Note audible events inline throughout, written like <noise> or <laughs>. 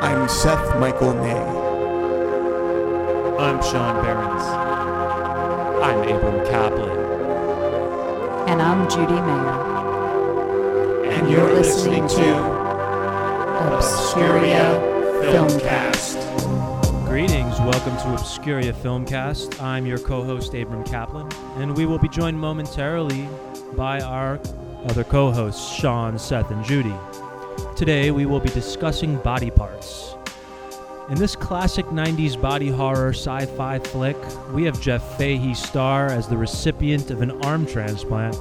I'm Seth Michael Nay. I'm Sean Behrens. I'm Abram Kaplan. And I'm Judy Mayer. And you're listening to Obscuria Filmcast. Greetings, welcome to Obscuria Filmcast. I'm your co host, Abram Kaplan, and we will be joined momentarily by our other co hosts, Sean, Seth, and Judy. Today we will be discussing body parts. In this classic 90s body horror sci fi flick, we have Jeff Fahey star as the recipient of an arm transplant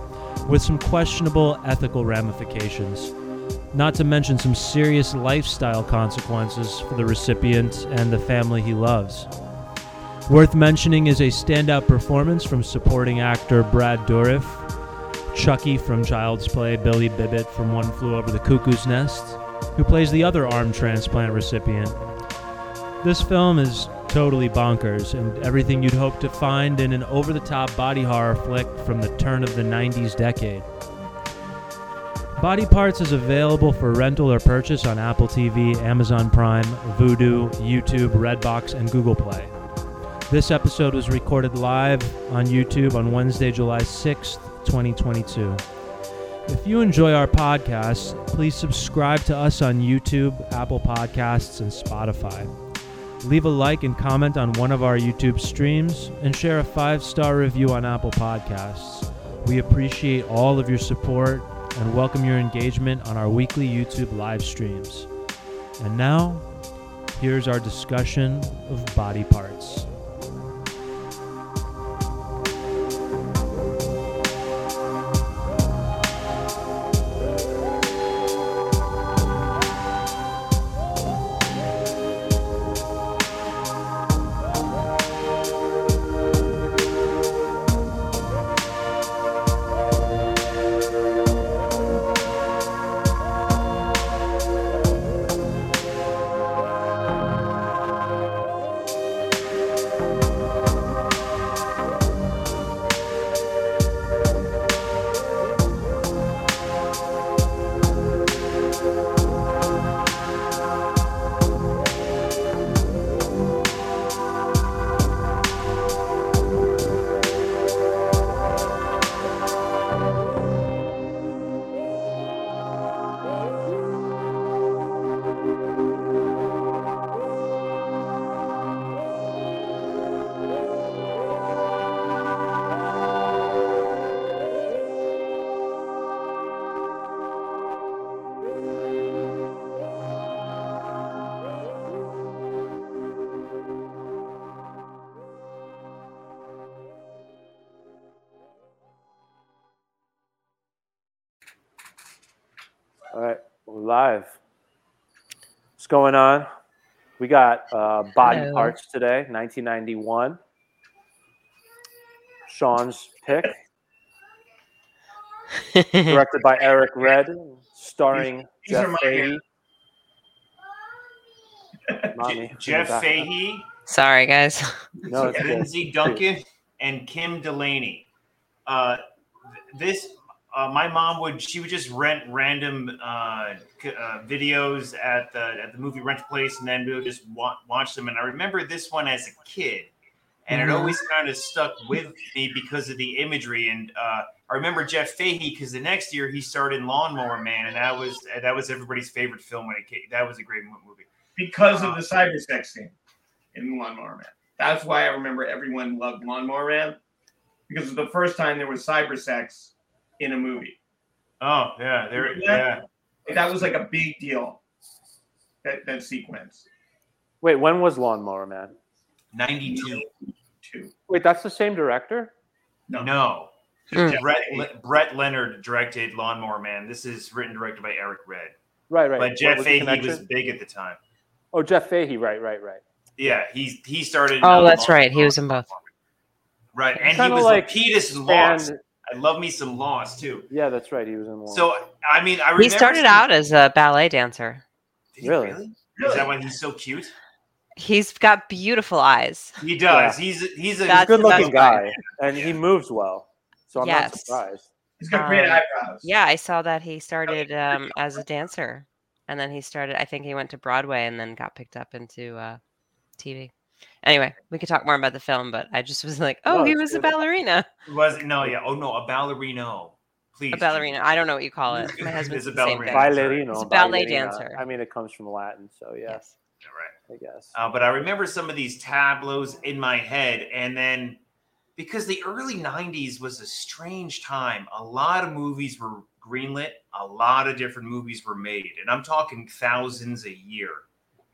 with some questionable ethical ramifications, not to mention some serious lifestyle consequences for the recipient and the family he loves. Worth mentioning is a standout performance from supporting actor Brad Dourif, Chucky from Child's Play, Billy Bibbit from One Flew Over the Cuckoo's Nest, who plays the other arm transplant recipient. This film is totally bonkers and everything you'd hope to find in an over the top body horror flick from the turn of the 90s decade. Body Parts is available for rental or purchase on Apple TV, Amazon Prime, Vudu, YouTube, Redbox, and Google Play. This episode was recorded live on YouTube on Wednesday, July 6th, 2022. If you enjoy our podcast, please subscribe to us on YouTube, Apple Podcasts, and Spotify leave a like and comment on one of our YouTube streams, and share a five star review on Apple Podcasts. We appreciate all of your support and welcome your engagement on our weekly YouTube live streams. And now, here's our discussion of body parts. All right, we're live. What's going on? We got uh, body Hello. parts today, 1991. Sean's pick, <laughs> <laughs> directed by Eric Red, starring These are Jeff my Fahey. Mommy, Je- in the Jeff background. Fahey, Sorry, guys. <laughs> No, it's good. Lindsay Duncan, and Kim Delaney. Uh, th- this, uh, my mom would she would just rent random uh, c- uh, videos at the at the movie rental place, and then we would just wa- watch them. And I remember this one as a kid, and it Mhm. always Mm-hmm. kind of stuck with me because of the imagery. And uh, I remember Jeff Fahey because the next year he starred in Lawnmower Man, and that was that was everybody's favorite film when it came. That was a great mo- movie. because of the Ah. cyber sex scene in Lawnmower Man. That's why I remember everyone loved Lawnmower Man because it was the first time there was cyber sex in a movie. Oh yeah, there Yeah. yeah. That was like a big deal. That that sequence Wait, when was Lawnmower Man? 92. too. Wait, that's the same director? No. No. Mm. Jeff Brett, Fahey. Le- Brett Leonard directed Lawnmower Man. This is written and directed by Eric Red. Right, right. But Jeff What the Fahey connection? was big at the time. Oh, Jeff Fahey, right, right, right. Yeah, he he started. Oh, uh, that's Lawn- right. He was in both. Right. It's And he kinda was like like Petus Lost. And I love me some Lost too. yeah, that's right. He was in Lawnmower. So I mean I remember He started out as a ballet dancer. Did he Really? Is that why he's so cute? He's got beautiful eyes. He does. He's he's a he's a That's- good-looking guy, that's- and he moves well. So I'm not Yes. surprised. He's got great Um, eyebrows. Yeah, I saw that he started um, as a dancer. and then he started. I think he went to Broadway and then got picked up into uh, TV. Anyway, we could talk more about the film, but I just was like, oh, No, he it's was a good. ballerina. Was no, yeah. Oh no, a ballerino. Please, A ballerina. I don't know what you call it. My husband's It's a the same ballerina. thing. Ballerino. It's a ballet ballerina. dancer. uh, I mean, it comes from Latin, so yeah, Yes. Right. I guess. Uh, but I remember some of these tableaus in my head, and then because the early '90s was a strange time, a lot of movies were greenlit, a lot of different movies were made, and I'm talking thousands a year,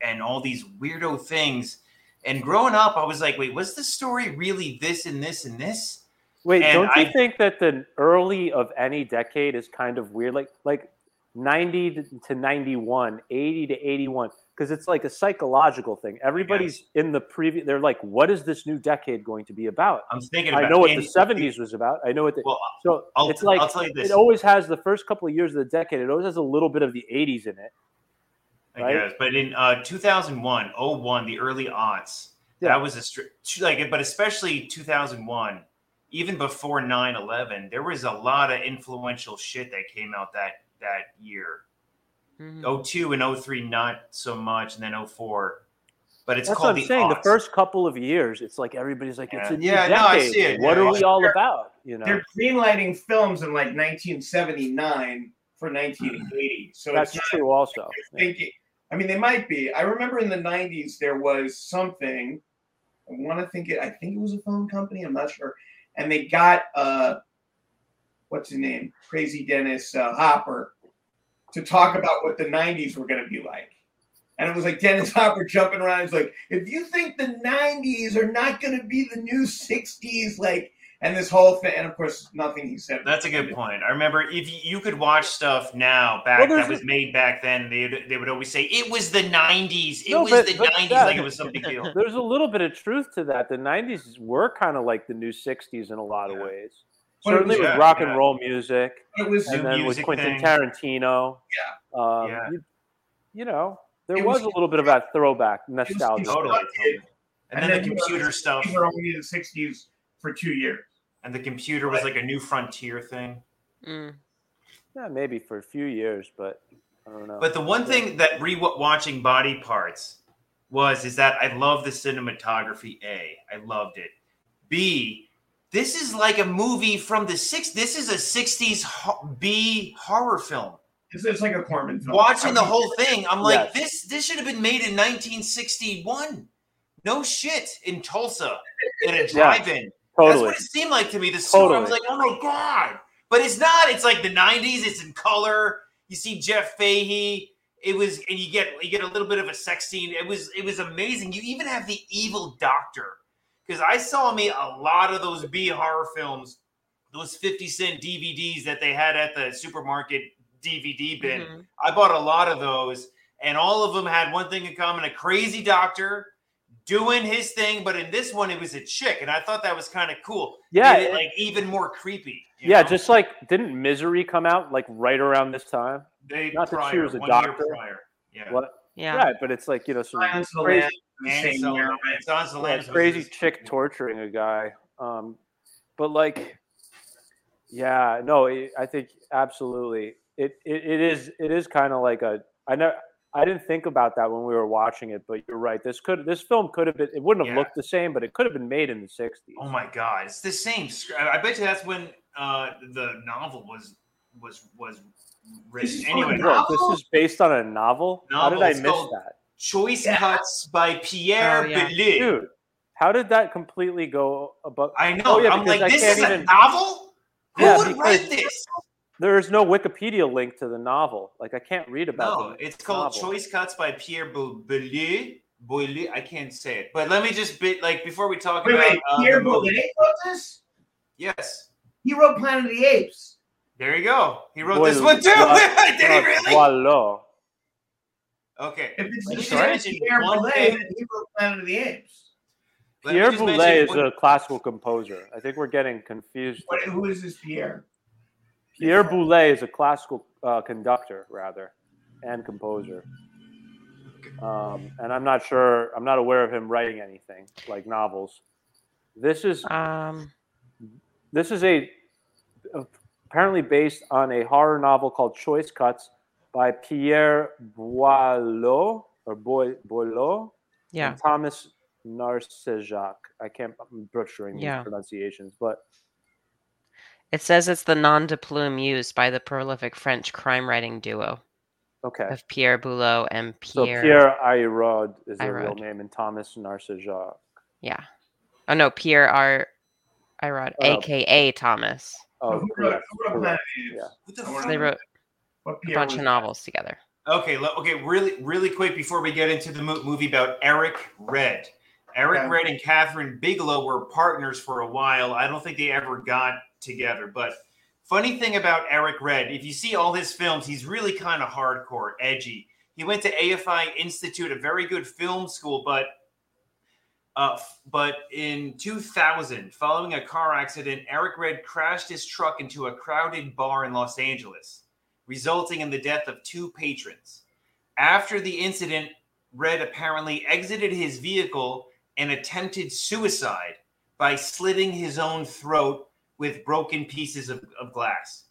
and all these weirdo things. And growing up, I was like, "Wait, was the story really this and this and this?" Wait, And don't you I- think that the early of any decade is kind of weird? Like like 90 to 91, 80 to 81 because it's like a psychological thing. Everybody's in the previous they're like what is this new decade going to be about? I'm thinking. About I know what and- the 70s was about. I know what the Well, so I'll, it's like I'll tell you this. it always has the first couple of years of the decade. It always has a little bit of the 80s in it. I right? guess. But in uh, 2001, 01, the early aughts, Yeah. that was a stri- like, but especially 2001, even before 9 11, there was a lot of influential shit that came out that that year. Hmm. Mhm. 02 and 03, not so much, and then 04. But it's That's called what I'm the saying. The aughts. first couple of years, it's like everybody's like, it's Yeah. a new Yeah, decade. no, I see it. What Yeah, are yeah. we all about? You know, They're greenlighting films in like 1979 for 1980. So that's it's not true. Also, thinking. I mean, they might be. I remember in the '90s there was something. I want to think it. I think it was a phone company. I'm not sure. And they got uh, what's his name, Crazy Dennis uh, Hopper, to talk about what the '90s were going to be like. And it was like Dennis <laughs> Hopper jumping around. He's like, if you think the '90s are not going to be the new '60s, like, and this whole thing. And of course, nothing he said. That's a good point. I remember if you, you could watch stuff now back Well, there's that was made back then, they they would always say it was the '90s. It No, was but- the but '90s, that- like it was some big deal. there's a little bit of truth to that. The '90s were kind of like the new '60s in a lot of Yeah. ways. Well, it Certainly was- with yeah, rock and yeah. roll music, It was <laughs> and then with music Quentin thing. Tarantino. Yeah. um, Yeah. You, you know, there It was, was- a little bit of that throwback nostalgia. Totally. Constructed. And, And then, then the you computer stuff, we were only in the '60s for two years. and the computer was like a new frontier thing. Mm. Yeah, maybe for a few years, but I don't know. But the one thing that re-watching Body Parts was is that I love the cinematography. A, I loved it. B, this is like a movie from the six. This is a '60s ho- B horror film. It's, it's like a Corman film. Watching the I mean, whole thing, I'm like, Yes. this this should have been made in 1961. No shit, in Tulsa, in a drive-in. totally, That's what it seemed like to me. The story. I was Totally. like, oh my god! But it's not. It's like the '90s. It's in color. You see Jeff Fahey. It was, and you get you get a little bit of a sex scene. It was it was amazing. You even have the evil doctor because I saw me a lot of those B horror films, those fifty cent DVDs that they had at the supermarket DVD bin. Mm-hmm. Mhm. I bought a lot of those, and all of them had one thing in common: a crazy doctor doing his thing. But in this one, it was a chick, and I thought that was kind of cool. yeah, Made it, it- like even more creepy. you yeah. know? Just like didn't Misery come out like right around this time? they not that she prior, was a one doctor. Year prior. Yeah, What? Yeah. Right, but it's like you know some Silence of the Crazy- Lambs in the and same so, year, right? and Silence of the Lambs was crazy this- chick torturing a guy. Um, but like, yeah, no, it, I think absolutely. It it, it is it is kind of like a I know I didn't think about that when we were watching it, but you're right. This could this film could have been it wouldn't have Yeah. looked the same, but it could have been made in the '60s. Oh my god, it's the same. sc- I I bet you that's when uh, the novel was was was This written. is Anyway, fucking Bro, novel? this is based on a novel. How did Novel, I it's miss called- that, choice Yeah. cuts by Pierre Oh, yeah. Bellet. dude? How did that completely go above? I know. Oh, yeah, I'm because like, I this can't is a even- novel. Who Yeah, would write because- this? There is no Wikipedia link to the novel. Like I can't read about No, the it's called novel. Choice Cuts by Pierre Bourdieu. Bourdieu, I can't say it, but let me just bit like before we talk Wait, about wait. uh, Pierre the movie. Bourdieu wrote this? Yes, He wrote Planet of the Apes. there you go. He wrote Boy, this one too. <laughs> what- Did he really? Boileau. Okay. If it's Let me if just it's mention Pierre one Bourdieu, thing. then he wrote Planet of the Apes. Let me Pierre just Boulez mention is one- a classical composer. I think we're getting confused. What, who is this Pierre? Pierre Boulez is a classical uh, conductor, rather, and composer. Um, and I'm not sure. I'm not aware of him writing anything like novels. This is Um. this is a apparently based on a horror novel called Choice Cuts by Pierre Boileau or Boy, Boileau Yeah. and Thomas Narcejac. I can't, I'm butchering Yeah. these pronunciations, but It says it's the nom de plume used by the prolific French crime writing duo okay. of Pierre Boulot and so Pierre. Pierre Ayraud is their real Ayrault. name, and Thomas Narcejac. Yeah. Oh no, Pierre R. Irod, Oh. aka Thomas. Oh, who wrote, correct, who wrote correct. Planet Apes? Yeah. What the I fuck? wanna So they know wrote what a Pierre bunch was- of novels together. Okay, lo- okay, really, really quick before we get into the mo- movie about Eric Red. Eric Okay. Red and Catherine Bigelow were partners for a while. I don't think they ever got together. But funny thing about Eric Red, if you see all his films, he's really kind of hardcore, edgy. He went to AFI Institute, a very good film school, but uh, f- but in 2000, following a car accident, Eric Red crashed his truck into a crowded bar in Los Angeles resulting in the death of two patrons. After the incident, Red apparently exited his vehicle and attempted suicide by slitting his own throat with broken pieces of, of glass.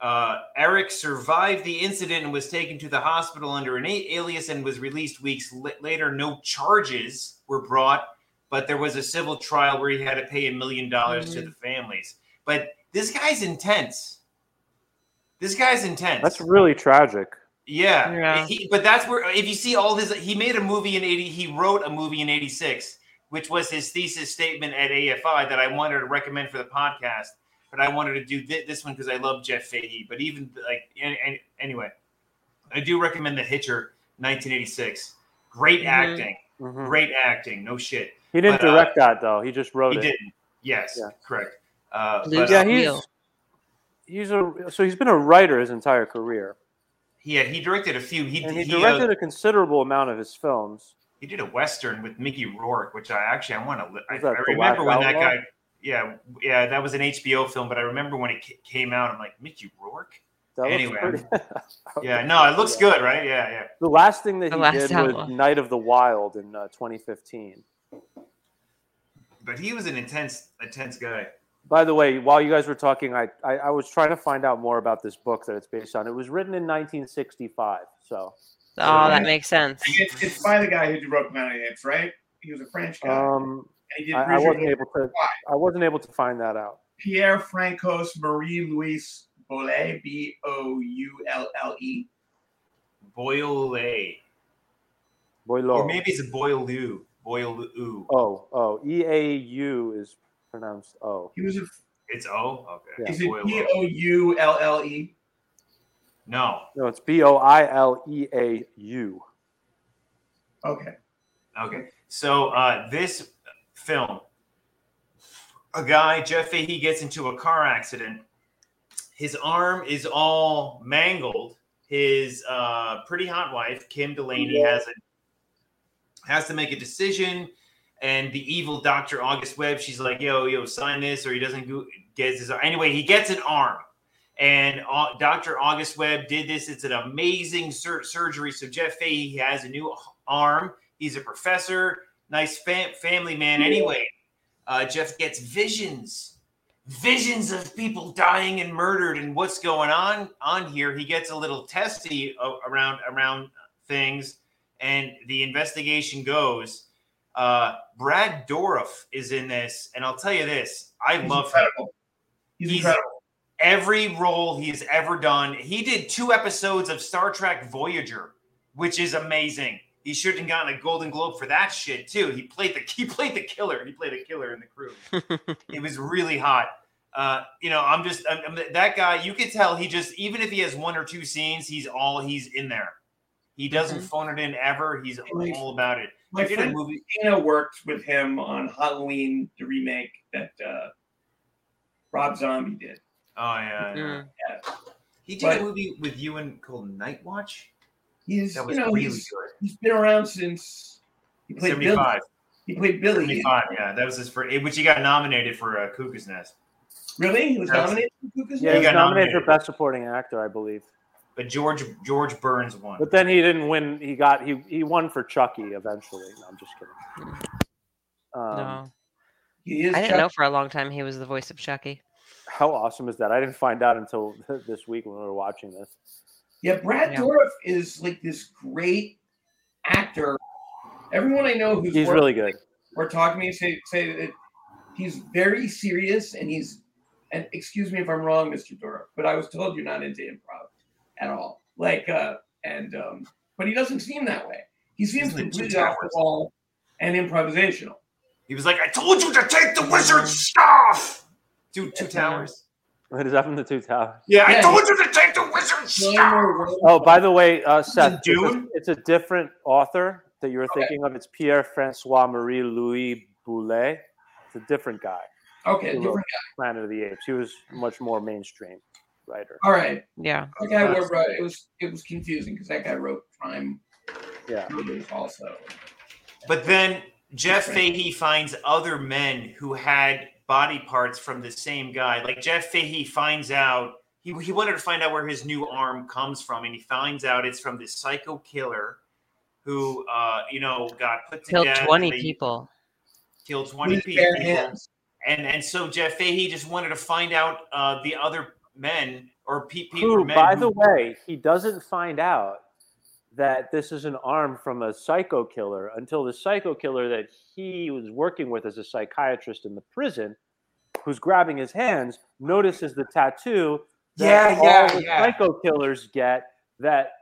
Uh, Eric survived the incident and was taken to the hospital under an a- alias and was released weeks la- later. No charges were brought, but there was a civil trial where he had to pay a million dollars to the families. But this guy's intense. This guy's intense. That's really tragic. Yeah. Yeah. He- but that's where if you see all his he made a movie in 80 he wrote a movie in 86 which was his thesis statement at AFI that I wanted to recommend for the podcast but I wanted to do thi- this one cuz I love Jeff Fahey but even like an an- anyway I do recommend The Hitcher 1986 great Mhm. acting Mhm. Mm-hmm. great acting no shit He didn't But, uh, direct that though. He just wrote he it. didn't yes Yeah. correct uh, Blue but, Yeah, uh, he's Steel. he's a so he's been a writer his entire career, yeah he directed a few he and he he, uh, directed a considerable amount of his films. he did a western with Mickey Rourke, which I actually I want to. I, Was that I The remember Last when that Outlaw? guy. Yeah, yeah, that was an HBO film, but I remember when it ca- came out, I'm like Mickey Rourke. That looks Anyway, pretty- <laughs> Oh, Yeah, no, it looks good, right? Yeah, yeah. The last thing that The he Last did Outlaw. was Night of the Wild in uh, 2015. But he was an intense, intense guy. By the way, while you guys were talking, I, I I was trying to find out more about this book that it's based on. It was written in 1965, so Oh, that makes sense. It's, it's by the guy who wrote Planet Apes, right? He was a French guy. um, And he did I, I Rouge wasn't Rouge. able to I wasn't able to find that out. Pierre Francos Marie Louise Bolle, B O U L L E. Boyle, Boileau. or maybe it's a Boileau, Boileau. oh, oh, E A U is pronounced oh. O. He was a. It's O. Okay. Yeah. Is it Boileau. B O U L L E? No. No, it's B O I L E A U. Okay. Okay. So uh, this film, a guy Jeff Fahey gets into a car accident. His arm is all mangled. His uh, pretty hot wife Kim Delaney has a, has to make a decision, and the evil Doctor August Webb. She's like, "Yo, yo, sign this," or he doesn't go, gets his. Anyway, he gets an arm. And uh, Dr. August Webb did this. It's an amazing sur- surgery. So Jeff Fahey has a new arm he's a professor, nice fam- family man. Anyway, uh, Jeff gets visions, visions of people dying and murdered, and what's going on on here. He gets a little testy a- around around things, and the investigation goes. Uh, Brad Dorff is in this, and I'll tell you this: I He's love him incredible. He's, He's- incredible. every role he has ever done. He did two episodes of Star Trek Voyager, which is amazing. He should have gotten a Golden Globe for that shit too. He played the <laughs> he played the killer. He played a killer in the crew. it was really hot. Uh, you know, I'm just I'm, I'm- that guy. You could tell he just even if he has one or two scenes, he's all he's in there. He doesn't phone it in ever. He's Like- all about it. My He did a friend movie. Tina worked with him on Halloween, the remake that uh, Rob Zombie did. Oh yeah, yeah. Mm. he did But- a movie with you and called Night Watch. He's, That you was know, really he's, good. he's been around since he played Seventy Billy. five. He played Billy. 75, yeah, that was his first, which he got nominated for uh, Cuckoo's Nest. Really? He was That's- nominated for Cuckoo's Yeah, he he Nest? was got nominated for nominated. Best Supporting Actor, I believe. But George George Burns won. But then he didn't win. He got he he won for Chucky eventually. No, I'm just kidding. Um, no, He is I didn't Chuck- know for a long time he was the voice of Chucky. <laughs> How awesome is that? I didn't find out until this week when we were watching this. Yeah, Brad Yeah. Dourif is like this great actor. Everyone I know who's He's worked really good. <laughs> or talk to me say say that he's very serious and he's and excuse me if I'm wrong, Mr. Dora, but I was told you're not into improv at all. Like uh and um but he doesn't seem that way. He seems He's like completely two off the wall and improvisational. He was like, I told you to take the wizard's staff. Dude, two towers. What is that from the two towers? Yeah, I Yeah. told you to take the wizard's Way staff. more words. Oh, by the way, uh, Seth, it's a, Dune? it's a different author that you were Okay. thinking of. It's Pierre Francois Marie Louis Boulet. It's a different guy. <laughs> Okay, different guy. Planet of the Apes. He was much more mainstream writer. All right. Yeah. That guy wrote, wrote- it was it was confusing because that guy wrote crime Yeah. murders also. But then Jeff Fahey finds other men who had body parts from the same guy. Like Jeff Fahey finds out he, he wanted to find out where his new arm comes from, and he finds out it's from this psycho killer who uh, you know got put to Killed death. 20 They people. Killed twenty With people. bare hands. and and so Jeff Fahey just wanted to find out uh, the other men or pe- people. Who, men by who- the way, he doesn't find out that this is an arm from a psycho killer until the psycho killer that he was working with as a psychiatrist in the prison, who's grabbing his hands, notices the tattoo that Yeah, yeah, all the yeah. psycho killers get that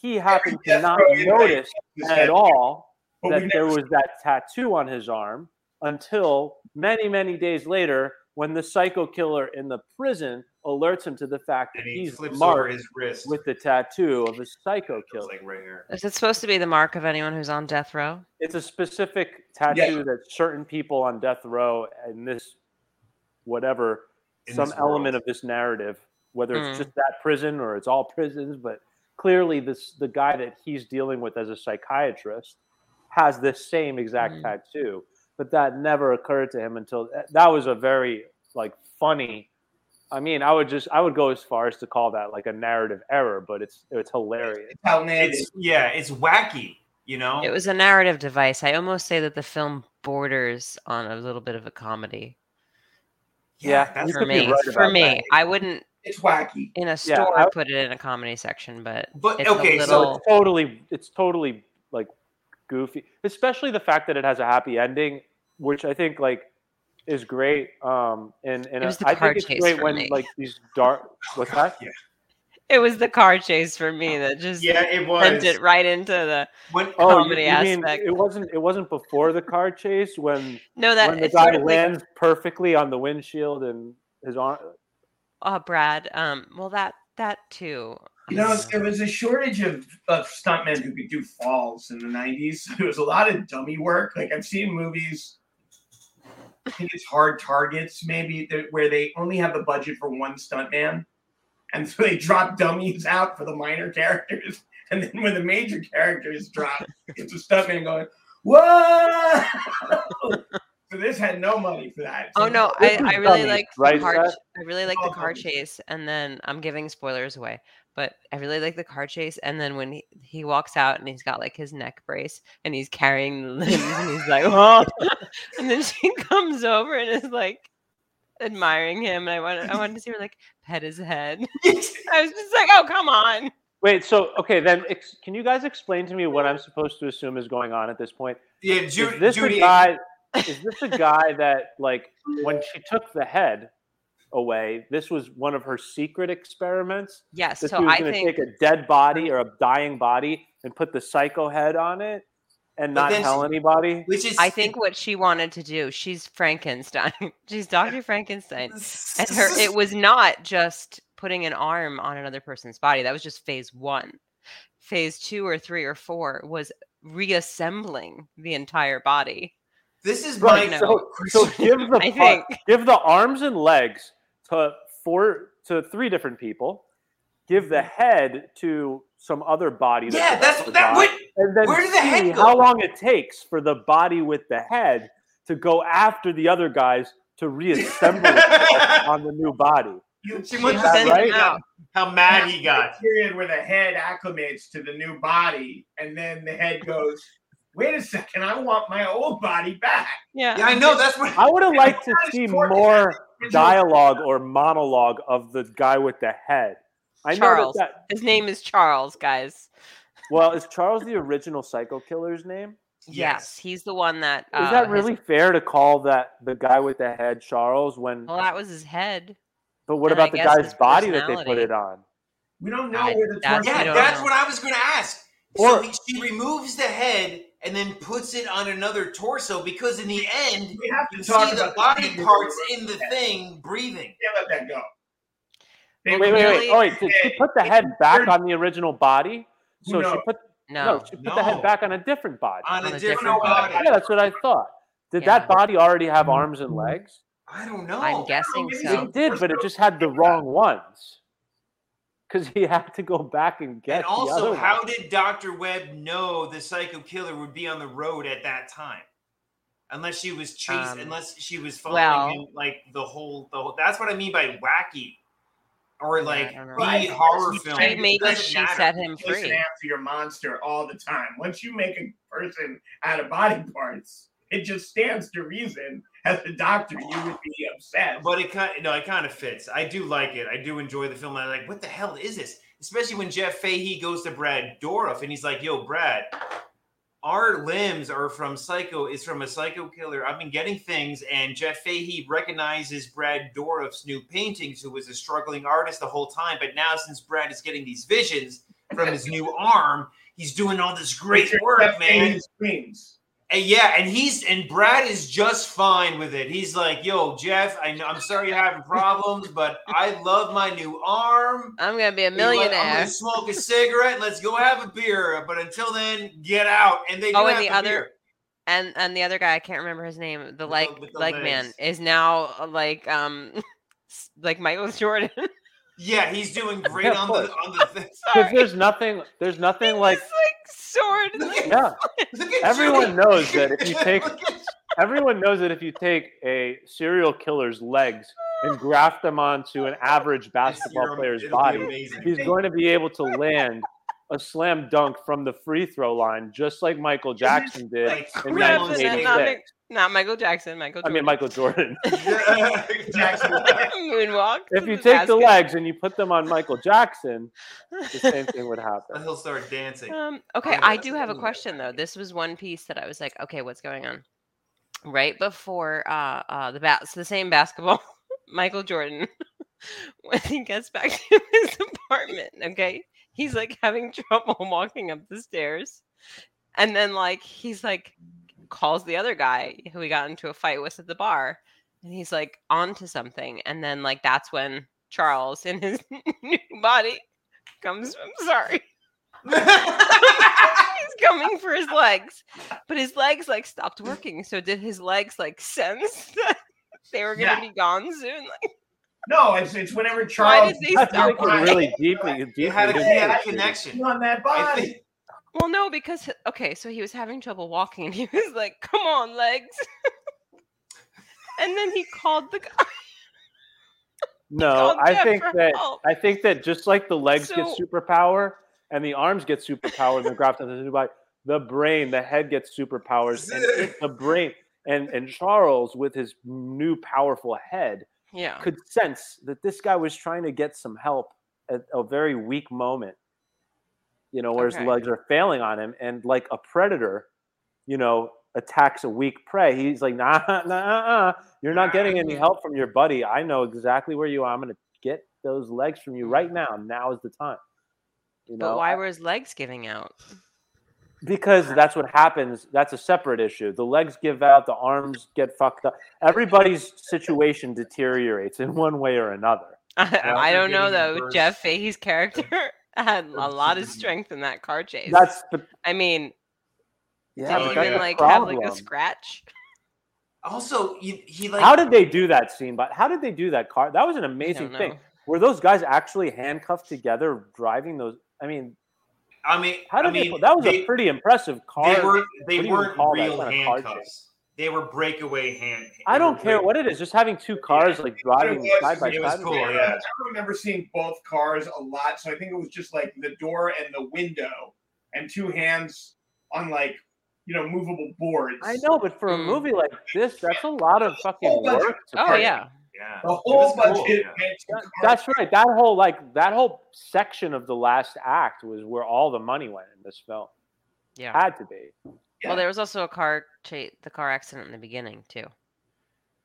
he happened to death not row in the notice Just at had- all but that we've there never- was that tattoo on his arm until many, many days later when the psycho killer in the prison alerts him to the fact that and he he's flips over marked his wrist with the tattoo of a psycho It's killer. like right here. Is it supposed to be the mark of anyone who's on death row? It's a specific tattoo that certain people on death row and this whatever In some this world. element of this narrative, whether Mm. it's just that prison or it's all prisons, but clearly this the guy that he's dealing with as a psychiatrist has this same exact Mm. tattoo, but that never occurred to him until eh, that was a very like funny. I mean, I would just I would go as far as to call that like a narrative error, but it's it's hilarious. It's outlandish. It's yeah, it's wacky. You know, It was a narrative device. I almost say that the film borders on a little bit of a comedy yeah, that's you for could be me. right for about me, I wouldn't It's wacky. in a Yeah, store I- put it in a comedy section, but But it's a okay, So little- it's totally, it's totally like goofy, especially the fact that it has a happy ending, which I think like is great. Um, and and It was the I think car it's chase great for when me. like these dark. What's that? so it was the car chase for me that just yeah, it sent was. it right into the When, Oh, you- Comedy you, aspect. mean it wasn't it wasn't before the car chase when no that when the it's sort guy of like, lands perfectly on the windshield and his arm. oh Brad um well that that too Oh, um, You know, there was a shortage of, of stuntmen who could do falls in the 90s. So <laughs> there was a lot of dummy work. Like, I've seen movies, I think it's Hard Targets, maybe, that, where they only have the budget for one stuntman. And so they drop dummies out for the minor characters. <laughs> And then when the major characters drop, it's a stuntman going, Whoa! <laughs> so this had no money for that. oh no This I, was I really dummies, liked the right, car Seth? ch- I really like the Oh, car dummies. chase and then I'm giving spoilers away but I really like the car chase and then when he, he walks out and he's got like his neck brace and he's carrying the limbs and he's like <laughs> oh <laughs> and then she <laughs> comes over and is like admiring him and I wanted I wanted to see her like pet his head <laughs> I was just like oh come on Wait, so okay, then ex- can you guys explain to me what I'm supposed to assume is going on at this point? yeah, Ju- is this Judy, a guy? <laughs> Is this a guy that like when she took the head away? This was one of her secret experiments. yes That so she was I going to think take a dead body or a dying body and put the psycho head on it and But not then tell she- <laughs> anybody. which is I think what she wanted to do, she's Frankenstein. she's Dr. Frankenstein. And <laughs> and her it was not just putting an arm on another person's body. That was just phase 1. Phase 2 or 3 or 4 was reassembling the entire body. This is Right, my So, so give the I part- think give the arms and legs to four to three different people. Give the Mm-hmm. head to some other body. yeah, they that's forgot that. about. Would, and then Where did the head see go? how long it takes for the body with the head to go after the other guys to reassemble <laughs> itself on the new body. You She she wants she that sent him right? out. how mad he got. period where the head acclimates to the new body, and then the head goes, "Wait a second, I want my old body back." Yeah. Yeah, I know. That's what. I would have <laughs> liked to see more dialogue or monologue of the guy with the head I know that Charles. that- His name is Charles, guys. well, is Charles the original Psycho Killer's name? Yes, he's the one that. Is uh, that his- really fair to call that the guy with the head Charles? When, well, that was his head. but what and I about the guess guy's his body that they put personality. it on? We don't know I- where the that's- torso- we Yeah, don't that's know. what I was going to ask. Or- so she removes the head and then puts it on another torso because in the end We have to you talk see the about body thing. parts in the thing breathing. Can't let that go. They- Wait, wait, wait! really- Oh, wait! Did she put the head back on the original body? Who So she knows? put no, No, she put the head No. back on a different body. On a On a different different body. Yeah, that's what I thought. Did Yeah. that body already have arms and legs? I don't know. I'm guessing maybe so. It did, but it just had the wrong ones. Because he had to go back and get and the also, other how one. did Dr. Webb know the psycho killer would be on the road at that time? Unless she was chased, Um, unless she was following well- him like the whole, the whole. That's what I mean by wacky, or Yeah, like I don't know. B Right. horror She film. Right, Maybe, it maybe Doesn't she matter. set him Chasing free. after your monster all the time. Once you make a person out of body parts, it just stands to reason. As a doctor, you would be upset. But it kind, no, it kind of fits. I do like it. I do enjoy the film. I'm like, what the hell is this? Especially when Jeff Fahey goes to Brad Dorff and he's like, "Yo, Brad, our limbs are from Psycho. Is from a Psycho killer. I've been getting things." And Jeff Fahey recognizes Brad Dorff's new paintings, who was a struggling artist the whole time. But now, since Brad is getting these visions from his new arm, he's doing all this great Except work, that man. he Screams. And yeah, and he's and Brad is just fine with it. He's like, "Yo, Jeff, I know, I'm sorry you're having problems, but I love my new arm. I'm gonna be a He's like, I'm millionaire. gonna smoke a cigarette. Let's go have a beer. But until then, get out." And they do Oh, and have the a other- beer. and and the other guy I can't remember his name. The the- like with the like man legs. is now uh, like um <laughs> s- like Michael Jordan. <laughs> Yeah, he's doing great <laughs> Yeah, of on the on the thing. <laughs> 'Cause Sorry. there's nothing. There's nothing like. It's like sword. and, like, <laughs> Yeah, Look at Judy. Everyone knows that <laughs> if you take- Look at- everyone knows that if you take a serial killer's legs and graft them onto an average basketball It'll be player's body, amazing. <laughs> he's going to be able to land a slam dunk from the free throw line, just like Michael Jackson did Like, in Grab rather than- not, 1986. Mi- not Michael Jackson. Michael. I Jordan. mean, Michael Jordan. Yeah, <laughs> exactly. <laughs> moonwalk. If to you take the basket. <laughs> legs and you put them on Michael Jackson, the same thing would And <laughs> happen. he'll <laughs> start dancing. Um, okay, Yeah, I that's do the have a only way. question though. This was one piece that I was like, okay, what's going on? Right before uh, uh the bats, the same basketball, <laughs> Michael Jordan, <laughs> when he gets back <laughs> to his apartment, okay, he's like having trouble walking up the stairs, and then like he's like calls the other guy who he got into a fight with at the bar, and he's like on to something, and then like that's when Charles in his <laughs> new body comes. I'm sorry <laughs> he's coming for his legs, but his legs like stopped working. So did his legs like <laughs> sense that they were gonna be gone soon? Like, No, it's, it's whenever why Charles did they I stop? feel like you Right. really deeply, you They deeply had a, didn't they had a appreciate it. connection. on that I body. think- Well, no, because h- okay, so he was having trouble walking, and he was like, "Come on, legs," <laughs> and then he called the guy. No, called I Jeff think for that help. I think that just like the legs get So- superpower and the arms get superpower and the graft of the new body, the brain, the head gets superpowers, and if the brain and and Charles with his new powerful head Yeah, could sense that this guy was trying to get some help at a very weak moment, you know, where Okay. his legs are failing on him. And like a predator, you know, attacks a weak prey, he's like, nah, nah, <laughs> uh, uh, you're not getting any Mhm. help from your buddy. I know exactly where you are. I'm going to get those legs from you right now. Now is the time. You know, Mm. but why I- were his legs giving out? <laughs> because that's what happens. That's a separate issue. The legs give out, the arms get fucked up. Everybody's situation deteriorates in one way or another. I, Well, I they're don't know getting though. reversed. Jeff Fahey's character <laughs> had a lot of Mhm. strength in that car chase. That's the I mean, yeah. did but he that's even the like have like a problem. scratch? Also, he, he like How did they do that scene? But how did they do that car? That was an I amazing don't know. thing. Were those guys actually handcuffed together driving those? I mean, I mean, how did I mean, they? That was they, a pretty impressive car. They were what they do you weren't call that? real Not a car handcuffs. They were breakaway hand. I they don't were care break- what it is. Just having two cars like driving was- side by It was side. cool. Yeah. I remember seeing both cars a lot, so I think it was just like the door and the window, and two hands on like you know movable boards. I know, but for a Mm. movie like this, that's a lot of fucking bunch of work. to Oh put yeah, Yeah. The whole It was cool, budget yeah. went to That- that's right. That whole like that whole section of the last act was where all the money went in this film. Yeah. Had to be. Yeah. Well, there was also a car chase, the car accident in the beginning too.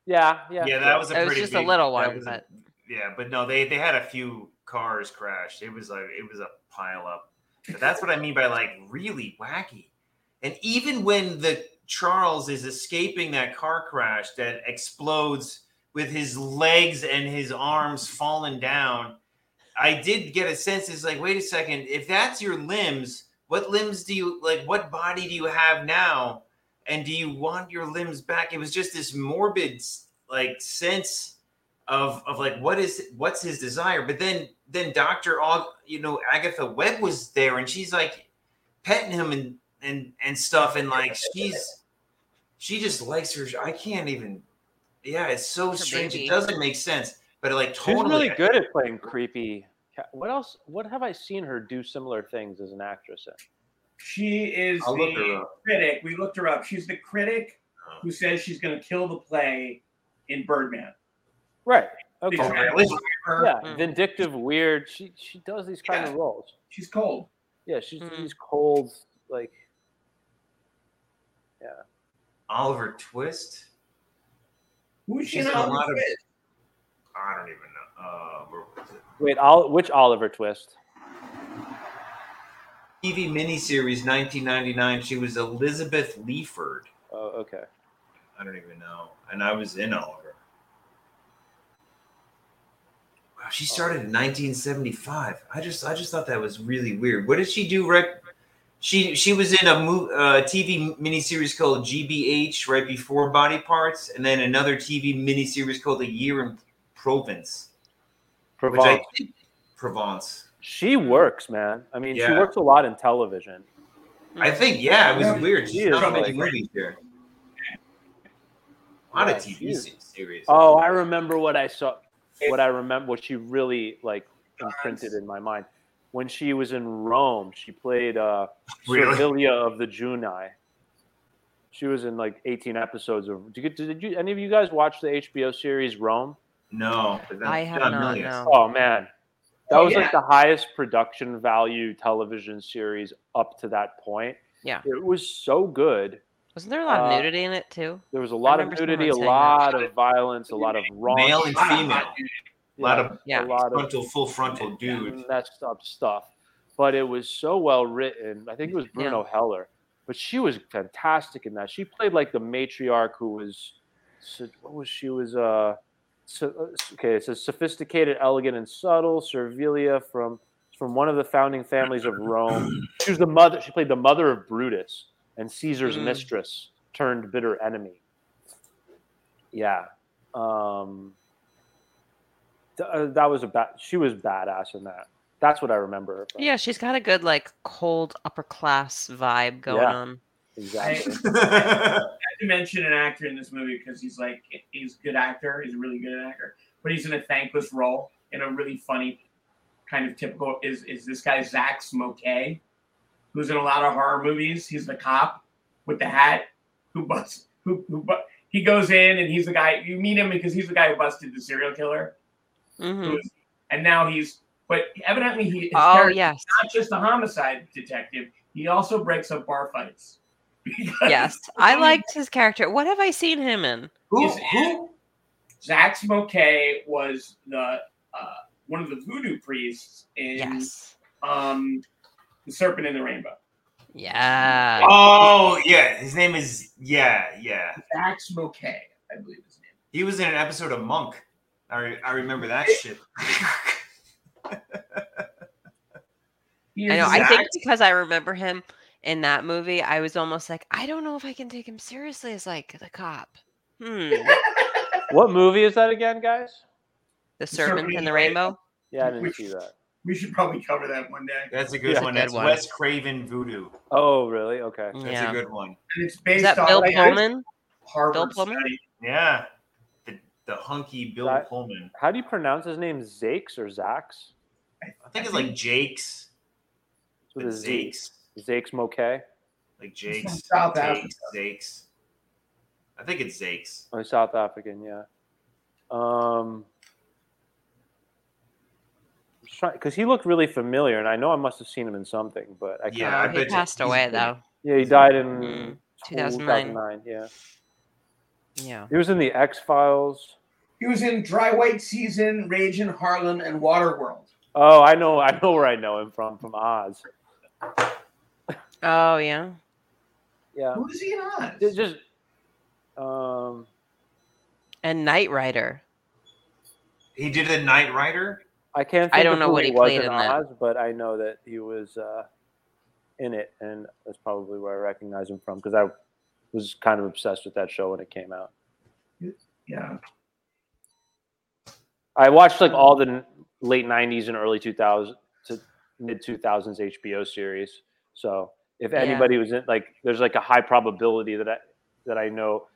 Yeah, yeah. Yeah, that was a It was pretty just a big- little that one, was a- but- yeah, but no, they they had a few cars crashed. It was like it was a pile up. But that's what I mean by like really wacky. And even when the Charles is escaping that car crash that explodes with his legs and his arms falling down, I did get a sense it's like, wait a second, if that's your limbs, what limbs do you like what body do you have now? And do you want your limbs back? It was just this morbid like sense of of like what is what's his desire but then then dr Og, you know agatha webb was there and she's like petting him and and and stuff and like she's she just likes her i can't even yeah it's so Her strange baby. it doesn't make sense but it like She's totally really good at playing creepy. ca- What else? What have I seen her do similar things as an actress in? She is I'll look her the up. Uh-huh. critic. We looked her up. She's the critic who says she's going to kill the play in Birdman. Right. Okay. She's Oh, trying to really? fire her. Yeah, Mm. vindictive, weird. She she does these kind of roles. She's cold. Yeah, she's Mm. these cold like. oliver twist Who is she She's in done a Oliver lot of- Twist? i don't even know uh where was it Wait, Ol- which Oliver Twist? tv miniseries 1999 she was elizabeth leaford Oh, okay. I don't even know. And I was in Oliver. Wow, she started in 1975. I just I just thought that was really weird. What did she do right she she was in a mo- uh, TV miniseries called GBH right before Body Parts and then another TV miniseries called A Year in Provence. Which Provence. I think Provence. She works, man. I mean, she Yeah. works a lot in television. I think yeah, it was weird. She She's is not like- making movies here. A lot Yeah, of she TV is. series. Oh, I remember what I saw. What I remember, what she really like imprinted in my mind, when she was in Rome, she played uh, <laughs> Really? Servilia of the Junii. She was in like 18 episodes of. Did you, did you any of you guys watch the HBO series Rome? No, but that's I have John not. Milius. No. Oh man, that Oh, was yeah. like the highest production value television series up to that point. Yeah. it was so good. Wasn't there a lot of Uh, nudity in it too? There was a lot of remember someone nudity, a saying that. lot of violence, a lot of wrong, male and female, a lot of Yeah. a lot of frontal, full frontal dude. messed up stuff. But it was so well written. I think it was Bruno Heller, but she was fantastic in that. She played like the matriarch who was, so- what was she was uh, so, uh, okay, it says sophisticated, elegant, and subtle. Servilia from from one of the founding families of Rome. She was the mother. She played the mother of Brutus and Caesar's Mm. mistress turned bitter enemy. Yeah. Um, th- uh, that was a bad. She was badass in that. That's what I remember. her from. Yeah, she's got a good like cold upper class vibe going Yeah. on. exactly. I have to mention an actor in this movie because he's like he's a good actor. He's a really good actor, but he's in a thankless role in a really funny kind of typical. Is is this guy Zach Smokey, who's in a lot of horror movies? He's the cop with the hat who busts who who bu- he goes in and he's the guy you meet him because he's the guy who busted the serial killer, hmm who's, and now he's but evidently he his Oh character's <laughs> yes, not just a homicide detective. He also breaks up bar fights. <laughs> yes. I liked his character. What have I seen him in? <laughs> who, Is- who? Zach Smokey was the uh, one of the voodoo priests in Yes, um, the Serpent in the Rainbow. yeah. Oh yeah, his name is yeah yeah. Zach Smokey, I believe his name. He was in an episode of Monk. I, re- I remember that shit. He I know. I Zach- think because I remember him in that movie, I was almost like, I don't know if I can take him seriously as like the cop. Hmm. what movie is that again, guys? The Serpent Serpent in and the the Rainbow. Yeah, I didn't see that. we should probably cover that one day. That's a good Yeah. one. Good That's one. Wes Craven Voodoo. Oh, really? Okay. That's a Yeah. good one. And it's Is based that on Bill like, Pullman? Harvard Bill Pullman? study. Yeah, the, the hunky Bill That- Pullman. How do you pronounce his name? Zakes or Zax? I think it's like Jake's. It's but With a Z. Zakes. Zakes Moke. Like Jake's. South Jake's, Africa. Zakes. I think it's Zakes. Oh Oh, he's South African, yeah. Um, because he looked really familiar, and I know I must have seen him in something, but I can't. Yeah, I Oh, he bet you- passed away though. Yeah, he died in Mm, 2009. 2009. Yeah, Yeah. he was in the X Files. He was in Dry White Season, Rage in Harlem, and Waterworld. Oh, I know, I know where I know him from from Oz. Oh yeah. Yeah, Who is he on? It's just um, And Knight Rider. He did a Knight Rider. I can't. Think I don't of know who what he, he was played in in that. Oz, but I know that he was uh, in it, and that's probably where I recognize him from because I was kind of obsessed with that show when it came out. Yeah. I watched like all the n- late '90s and early 2000s to mid 2000s HBO series. So if Yeah. anybody was in, like, there's like a high probability that I that I know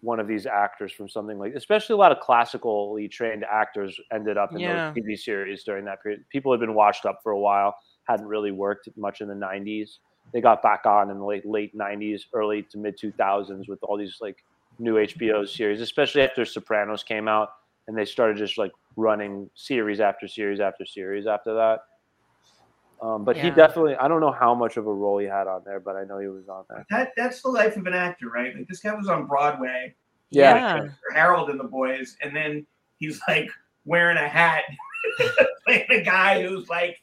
one of these actors from something like, especially a lot of classically trained actors ended up in Yeah. those TV series during that period. People had been washed up for a while, hadn't really worked much in the '90s. They got back on in the late late '90s, early to mid 2000s with all these like new HBO series, especially after Sopranos came out and they started just like running series after series after series after that. Um, but he Yeah. definitely, I don't know how much of a role he had on there, but I know he was on there. That that's the life of an actor, right? Like this guy was on Broadway Yeah. for Harold and the Boys, and then he's like wearing a hat, <laughs> playing a guy who's like,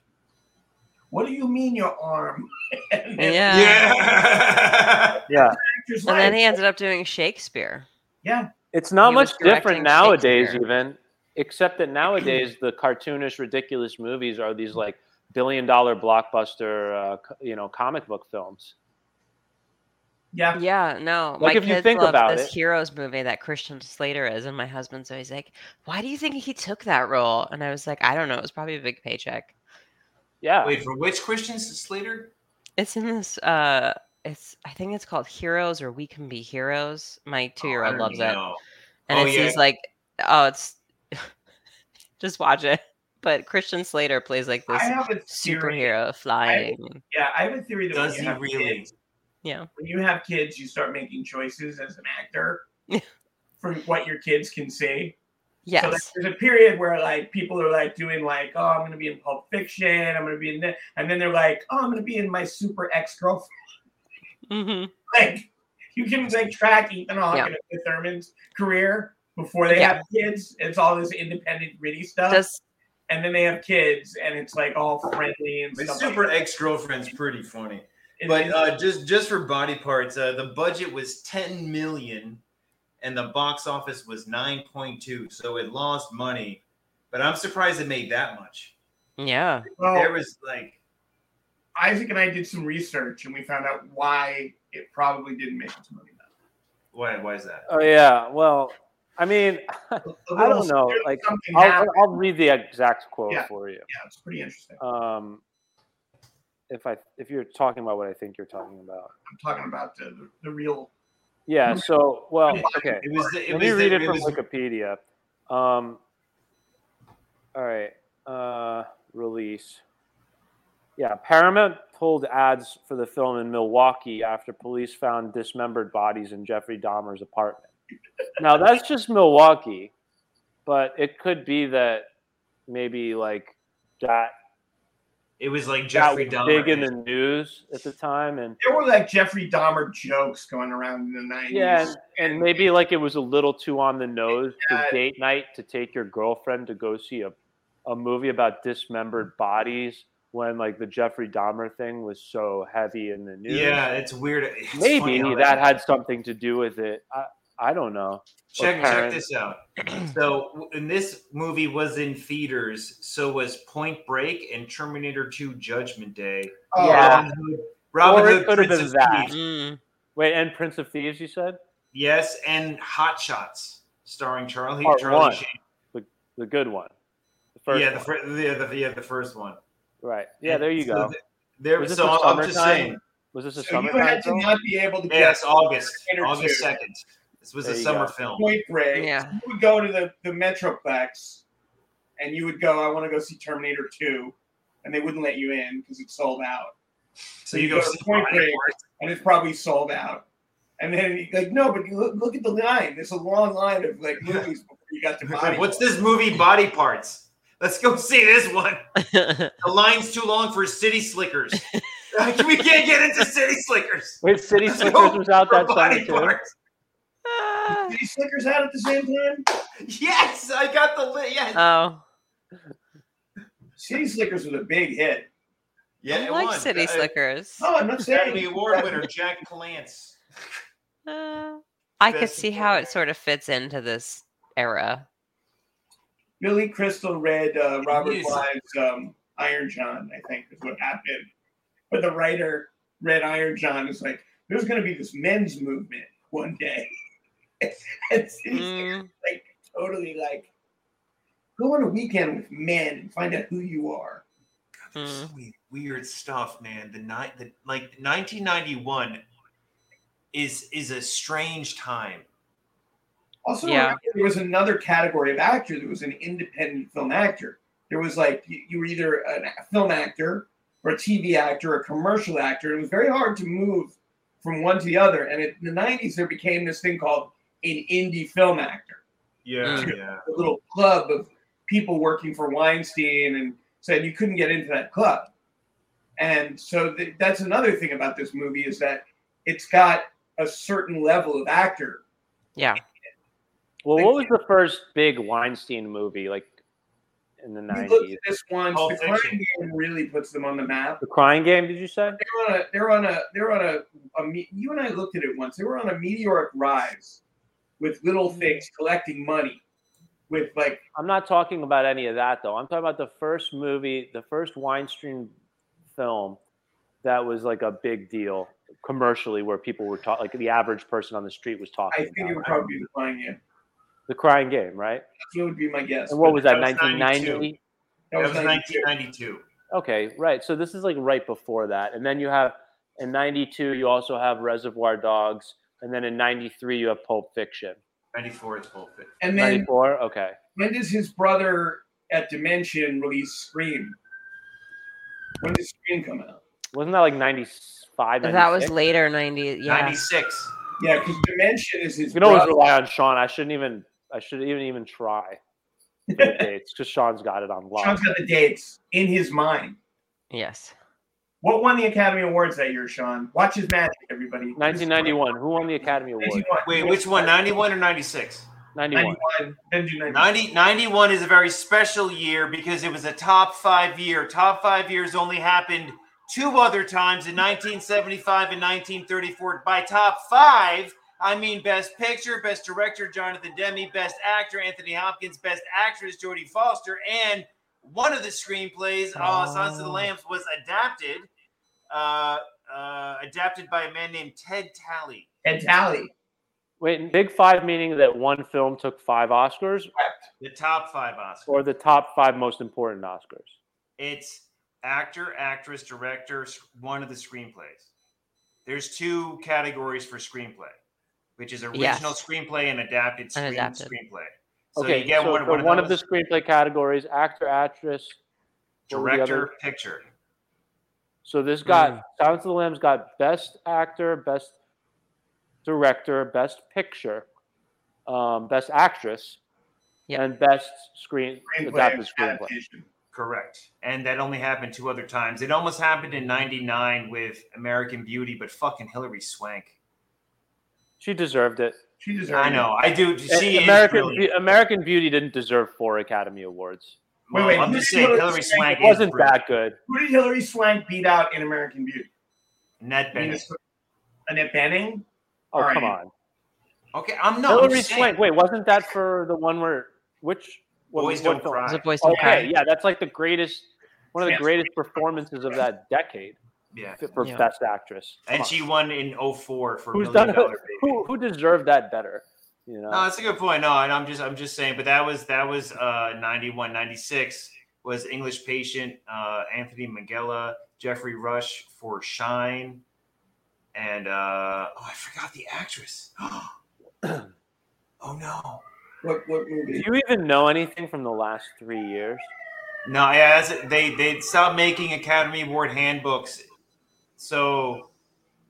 "What do you mean your arm?" <laughs> and Yeah. then Yeah. Yeah. actor's And then life. he ended up doing Shakespeare. yeah, It's not He was much different directing nowadays, Shakespeare. even, except that nowadays the cartoonish, ridiculous movies are these like billion dollar blockbuster, uh, co- you know, comic book films. yeah. Yeah, no. Like, my if you kids think love about this it- heroes movie that Christian Slater is, and my husband's always like, "Why do you think he took that role?" And I was like, "I don't know. It was probably a big paycheck." <laughs> Yeah. Wait, for which Christian Slater? It's in this. uh It's I think it's called Heroes or We Can Be Heroes. My two-year-old loves it, and Oh, it's yeah. these like, oh, it's <laughs> just watch it. <laughs> But Christian Slater plays like this I have a theory. superhero flying. Yeah, I have a theory that Does when he you have really? kids- yeah, when you have kids, you start making choices as an actor Yeah. from what your kids can see. So like, yes, there's a period where like people are like doing like, oh, I'm gonna be in Pulp Fiction, I'm gonna be in this, and then they're like, oh, I'm gonna be in my super ex girlfriend. hmm Like you can like track Ethan Hawke Yeah. and Uma Thurman's career before they Yeah. have kids. It's all this independent gritty stuff, does and then they have kids, and it's like all friendly and My stuff. super like that. ex girlfriend's pretty funny. It's- But uh, just just for body parts, uh, the budget was 10 million, and the box office was 9.2, so it lost money. But I'm surprised it made that much. yeah, well, There was like Isaac and I did some research, and we found out why it probably didn't make as money. why why is that? Oh, yeah. Well, I mean, I don't know, like, something I'll, happened. I'll read the exact quote Yeah. for you. yeah, it's pretty interesting. Um, if I if you're talking about what I think you're talking about, I'm talking about the, the, the real yeah. So, well, Oh, okay. It was it Let was me read the- it from was- Wikipedia. Um, all right. Uh, release. Yeah, Paramount pulled ads for the film in Milwaukee after police found dismembered bodies in Jeffrey Dahmer's apartment. Now, that's just Milwaukee, but it could be that maybe like that, it was like that Jeffrey was Dahmer. big in the news at the time. And there were like Jeffrey Dahmer jokes going around in the 90s. Yeah, and, and maybe like it was a little too on the nose for Yeah. date night to take your girlfriend to go see a, a movie about dismembered bodies when like the Jeffrey Dahmer thing was so heavy in the news. yeah, it's weird. It's funny maybe how that had something to do with it. I I don't know. check check Parent. this <clears throat> out. So w- and this movie was in theaters. So was Point Break and Terminator 2: Judgment Day. Oh, Yeah. Robin Hood, Robin Ah, Or it Hood could have Prince been of that. Thieves. mm, <laughs> Wait, and Prince of Thieves, you said Yes, and Hot Shots, starring Charlie Part Charlie one. Sheen. the good one, the first yeah, the, one. fir- the, the yeah the first one. right? Yeah, there you So go. th- there Was this so the I'm I'm just summertime? saying. Was this a So you summer had to film? not be able to Yes, August, Terminator August two. second. This was There a you summer go. film. Point Break. Yeah. You would go to the, the Metroplex and you would go, I want to go see Terminator 2. And they wouldn't let you in because it's sold out. So you go to see Point Friday Break Parts. and it's probably sold out. And then he, like, no, but you look, look at the line. There's a long line of like movies before you got to body. What's this movie? Body parts. Let's go see this one. the line's too long for City Slickers. <laughs> we can't get into City Slickers. <laughs> Wait, City Let's Slickers go was out for that body summer too. parts. Ah. Did he Snickers out at the same time? Yes, I got the li- yes. oh, City Slickers was a big hit. yeah, I it like won. City Uh, Slickers. Oh, I'm not saying Academy Award winner Jack Palance. Uh, I could Best see how it supporting. sort of fits into this era. Billy Crystal read uh, Robert Yes. Blythe's um, Iron John, I think is what happened. But the writer read Iron John is like, there's going to be this men's movement one day. <laughs> and City Slickers Mm, totally like, go on a weekend with men and find out who you are. mm. we- weird stuff, man. The night, the like 1991 is is a strange time. Also, Yeah. remember, there was another category of actor that was an independent film actor. There was like you, you were either an a film actor or a TV actor or a commercial actor. It was very hard to move from one to the other. And in the 90s, there became this thing called an indie film actor, Yeah, Mm. yeah. a little club of people working for Weinstein. And said you couldn't get into that club. And so th- that's another thing about this movie is that it's got a certain level of actor Yeah. Well, Thank what was the first big Weinstein movie like in the You look nineties? at this once. Pulp The crime Fiction. game really puts them on the map. The Crying Game? Did you say? They're on a. They're on a. They're on a, a. me- You and I looked at it once. They were on a meteoric rise, with little Mm. things collecting money, with like I'm not talking about any of that though. I'm talking about the first movie, the first Weinstein film that was like a big deal commercially, where people were talking, like the average person on the street was I talking think it about would it. probably be the flying game. the Crying Game, right? That would be my guess. And what was that? That was 1990. That was 92. 1992. Okay, right. So this is like right before that, and then you have in '92 you also have Reservoir Dogs, and then in '93 you have Pulp Fiction. 94 is Pulp Fiction. And then '94, okay. when does his brother at Dimension release Scream? When does Scream come out? Wasn't that like '95? That was later 90s. Yeah. 96. Yeah, because Dimension is his. You can always brother. rely on Sean. I shouldn't even. I shouldn't even even try. for <laughs> the dates because Sean's got it on lock. Sean's got the dates in his mind. Yes. What won the Academy Awards that year, Sean? Watch his magic, everybody. 1991. Who won the Academy Award? 91. Wait, which one? 91 or 96? 91. 91. Then do 91. 90, 91 is a very special year because it was a top five year. Top five years only happened two other times in 1975 and 1934. By top five, I mean best picture, best director, Jonathan Demme, best actor, Anthony Hopkins, best actress, Jodie Foster, and one of the screenplays, uh, Silence of the Oh. Lambs, was adapted, uh, uh, adapted by a man named Ted Talley. And Tally. Wait, Big Five meaning that one film took five Oscars, The top five Oscars. or the top five most important Oscars? It's actor, actress, director, s- one of the screenplays. There's two categories for screenplay, which is original Yes. screenplay and adapted, screen, adapted. screenplay. So Okay, you get so one, for one, one of of the those, screenplay categories: actor, actress. what were the other- director, picture. So this got Silence of the Lambs got best actor, best director, best picture, um, best actress, Yep. and best screen adapted Screenplay. screenplay. adaptation. Correct. And that only happened two other times. It almost happened in 99 with American Beauty, but fucking Hillary Swank. She deserved it. She deserved I it. know. I do. She A- is American brilliant. Be- American Beauty didn't deserve four Academy Awards. Wait, Well, wait, I'm who just did saying Hillary Hillary Swank- Swank It wasn't is that good. Who did Hillary Swank beat out in American Beauty? Net Bennett. Annette Benning? Oh All come right. on, Okay, I'm not. Hillary Swank. Wait, wasn't that for the one where which what- Boys what don't film? cry. It was a voice Okay, of cry. yeah, that's like the greatest, one of the Yes. greatest performances of that decade Yeah. for Yeah. best actress. Come And on. she won in 04 for who's Million done Dollar Baby. who, who deserved that better? You know, No, that's a good point. No, and I'm just I'm just saying, but that was that was uh 91, 96 was English Patient, uh Anthony Magella, Jeffrey Rush for Shine, and uh oh I forgot the actress. <gasps> oh no. What, what do movie? you even know anything from the last three years? No, yeah, that's, they they stopped making Academy Award handbooks. So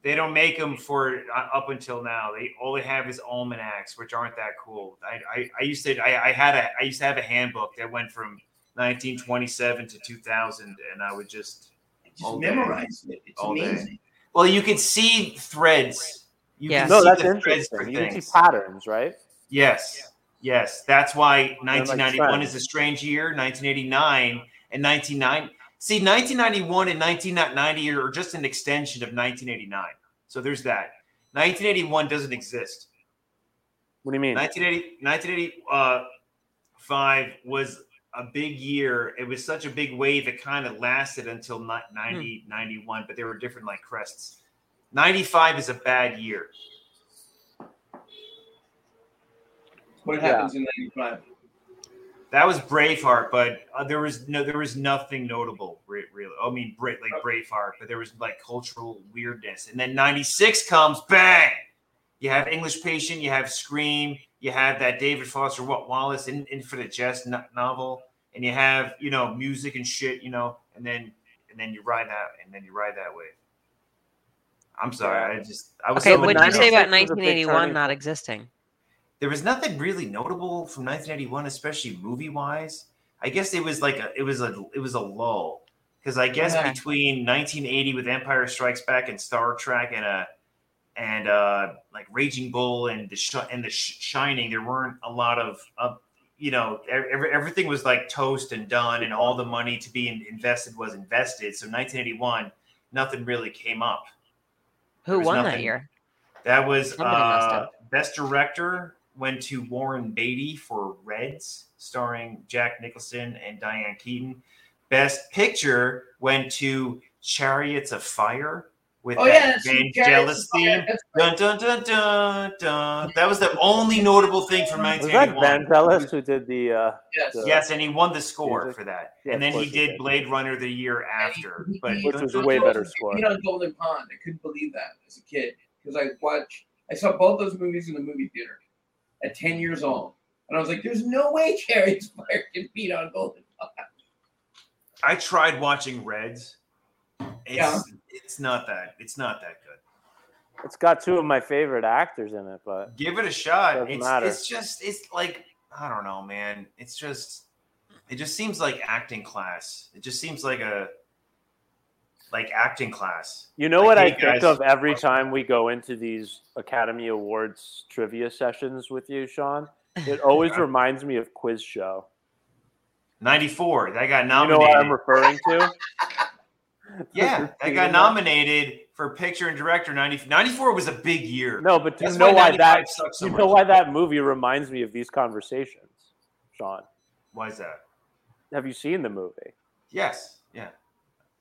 They don't make them for uh, up until now. They all they have is almanacs, which aren't that cool. I I, I used to I, I had a I used to have a handbook that went from 1927 to 2000, and I would just Just memorize it. It's All day. amazing. Well, you could see threads. You Yeah. can No, see that's the threads for interesting. You can things. see patterns, right? Yes. Yes. That's why like 1991 trends. is a strange year. 1989 and 1990. See, 1991 and 1990 are just an extension of 1989. So there's that. 1981 doesn't exist. What do you mean? 1980, 1985 was a big year. It was such a big wave. It kind of lasted until ni- Hmm. 90, 91, but they were different like crests. 95 is a bad year. What Yeah. happens in '95? That was Braveheart, but uh, there was no, there was nothing notable re- really. I mean, Bra- like Braveheart, but there was like cultural weirdness. And then '96 comes, bang! You have English Patient, you have Scream, you have that David Foster Wa- Wallace in, Infinite Jest no- novel, and you have you know music and shit, you know, and then and then you ride that, and then you ride that way. I'm sorry, I just I was Okay, so what did you annoyed. say about 96 was a big 1981 turning not point. existing? there was nothing really notable from 1981, especially movie wise. I guess it was like a it was a it was a lull because I guess Okay. between 1980 with Empire Strikes Back and Star Trek and uh and uh like Raging Bull and the Sh- and the Sh- Shining, there weren't a lot of uh, you know ev- every, everything was like toast and done, and all the money to be in- invested was invested. So 1981, nothing really came up. Who There was won that nothing. <clears throat> year? <clears throat> That was Somebody messed uh, up. best director went to Warren Beatty for Reds, starring Jack Nicholson and Diane Keaton. Best picture went to Chariots of Fire with Oh yeah, that that's Vangelis theme. That's Dun, dun, dun, dun, dun. That was the only notable thing from Was that 1981. Vangelis who did the? Uh, yes. Vangelis? Yes, and he won the score Music? for that. and Yeah, of then he course he did did. Blade Runner the year after. He- But he- Which was he a way also better score. beat on Golden Pond. I couldn't believe that as a kid because I watched, I saw both those movies in the movie theater at 10 years old, and I was like, "There's no way Chariots of Fire can beat on Golden Pond." I tried watching Reds. It's, Yeah. it's not that. It's not that good. it's got two of my favorite actors in it, but give it a shot. Doesn't it's, matter. it's just it's like I don't know, man. It's just it just seems like acting class. It just seems like a like acting class. You know I what I hate think guys- of every time we go into these Academy Awards trivia sessions with you, Sean? It always Yeah. reminds me of Quiz Show. Ninety four. That got You know nominated. what I'm referring to? yeah, that got nominated for picture and director. 90, 94 was a big year. No, but do you That's know why 95 that sucks so you much. know why that movie reminds me of these conversations, Sean? Why is that? Have you seen the movie? Yes. Yeah.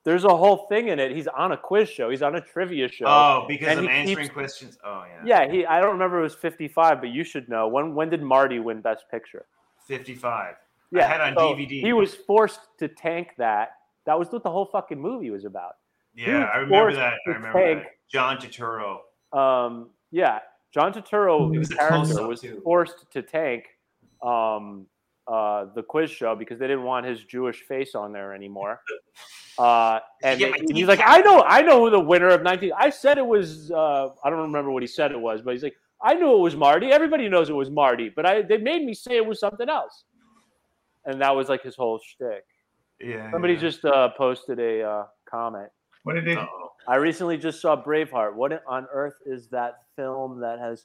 There's a whole thing in it. He's on a quiz show. He's on a trivia show. Oh, because And I'm he keeps- answering questions. Oh yeah. yeah, he. I don't remember. It was 55, but you should know. When when did Marty win Best Picture? Fifty five. I Yeah, had on so DVD. He was forced to tank that. That was what the whole fucking movie was about. Yeah, was I remember forced that. I to remember take- that. John Turturro. um, yeah, John It Turturro was a character close-up, was too. forced to tank um, uh, the quiz show because they didn't want his Jewish face on there <laughs> anymore. Uh, and Yeah, my he's teeth like, can't- I know, I know who the winner of 19. I said it was, uh, I don't remember what he said it was, but he's like, I knew it was Marty. Everybody knows it was Marty, but I they made me say it was something else. And that was like his whole shtick. Yeah. Somebody yeah. just uh, posted a uh, comment. What did they? Uh-oh. I recently just saw Braveheart. What on earth is that film that has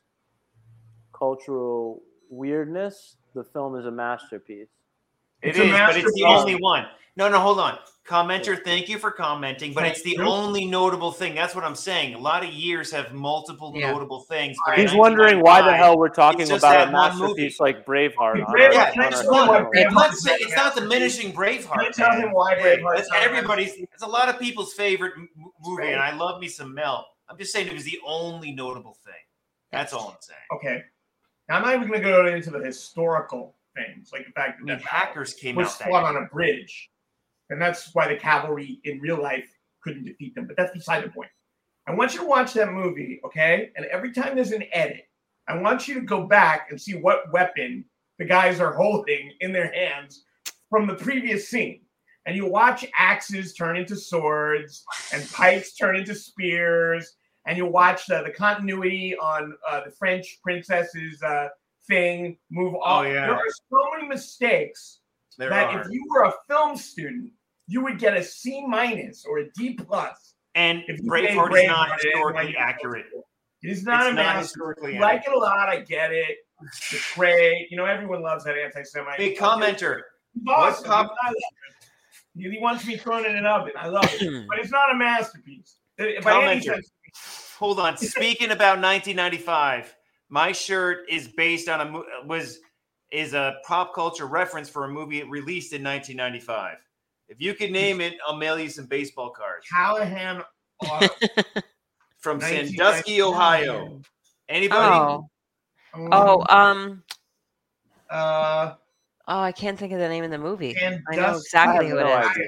cultural weirdness? The film is a masterpiece. It It's is, a but it's the masterpiece. only one. No, no, hold on. Commenter, thank you for commenting, but Thank it's the you. only notable thing. That's what I'm saying. A lot of years have multiple Yeah. notable things. but He's in wondering why the 1995 hell we're talking it's just about a that one movie. masterpiece like Braveheart. on Braveheart, our- Yeah, on our tell it's, channel. him why I'm not Braveheart's saying, it's not- not Can diminishing you Braveheart. tell man. him why Hey, Braveheart's That's not- everybody's. It's a lot of people's favorite m- m- movie, and I Right. love me some Mel. I'm just saying it was the only notable thing. That's all I'm saying. Okay, now I'm not even going to go into the historical things, like the fact I that mean, that Hackers came was out that fought on a bridge. And that's why the cavalry in real life couldn't defeat them. But that's beside the point. I want you to watch that movie, okay? And every time there's an edit, I want you to go back and see what weapon the guys are holding in their hands from the previous scene. And you watch axes turn into swords and pikes turn into spears and you watch uh, the continuity on uh, the French princess's uh, thing move off. Oh, yeah. There are so many mistakes There that are. if you were a film student, you would get a C minus or a D plus. and If you say Braveheart is not Braveheart, it is historically like- accurate. It is not it's a not master. historically You like it a lot. I get it. It's great. You know, everyone loves that anti-Semite. Big commenter. He's What awesome. cop- I love it. He wants me thrown in an oven. I love Oh. it, but it's not a masterpiece. Uh, By any Commenter. sense, <laughs> Hold on. Speaking about 1995, my shirt is based on a mo- was is a pop culture reference for a movie it released in 1995. If you could name it, I'll mail you some baseball cards Callahan. Auto. from 1995. <laughs> Sandusky, Ohio. Anybody? Oh, oh, um, Uh, oh, I can't think of the name of the movie. and I know Dust- I exactly have who it no is. idea.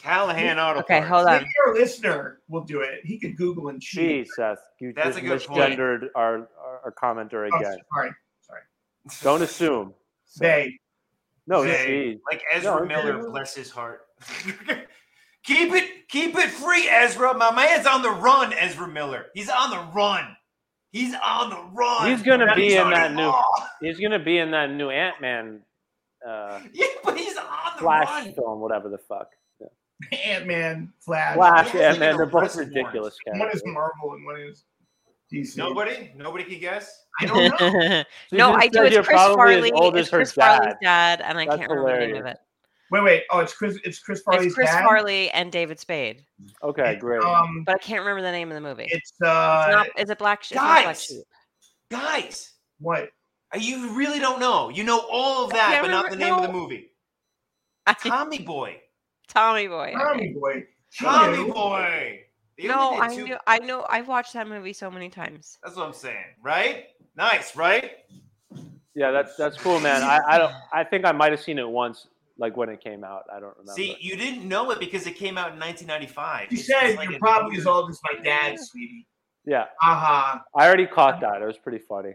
Callahan Auto. Okay, Parts. hold on. Maybe our listener will do it. He could Google and cheat. Gee, Seth, you That's just a good point. misgendered our, our our commenter Oh, again. sorry. Don't assume. They. No, Zay. gee. Like No, Ezra okay. Miller, bless his heart. <laughs> keep it, keep it free, Ezra. My man's on the run, Ezra Miller. He's on the run. He's on the run. He's gonna be in on that it new- all. He's gonna be in that new Ant Man uh, <laughs> Yeah, but he's on the Flash run. film, whatever the fuck. Ant Man, Flash. Flash Yeah, Ant Man, they're both Arrest Warrant. ridiculous. One is characters. Marvel and one is DC. Nobody, nobody can guess. I don't <laughs> know. <laughs> She no, just I do. said It's you're Chris probably as Farley. old It's as her Chris Farley's dad. dad, and I That's can't remember the name of hilarious. it. Wait, wait. Oh, it's Chris. It's Chris Farley's it's Chris dad? Farley and David Spade, Okay, great. Um, but I can't remember the name of the movie. It's, it's uh, not. Is it Black? Sh- it's not Black guys, <laughs> Sheep. Guys, what? uh, you really don't know. You know all of that, can't but not the remember- name of the no. movie. I- Tommy Boy. Tommy Boy. Tommy Boy. Tommy Ew. Boy. They No, only I did two- knew. I know. I've watched that movie so many times. That's what I'm saying, right? Nice, right? Yeah, that's that's cool, man. I, I don't. I think I might have seen it once, like when it came out. I don't remember. See, you didn't know it because it came out in 1995. He It's just said like you're a probably weird- as old as my dad, sweetie. yeah, Aha. I already caught that. It was pretty funny.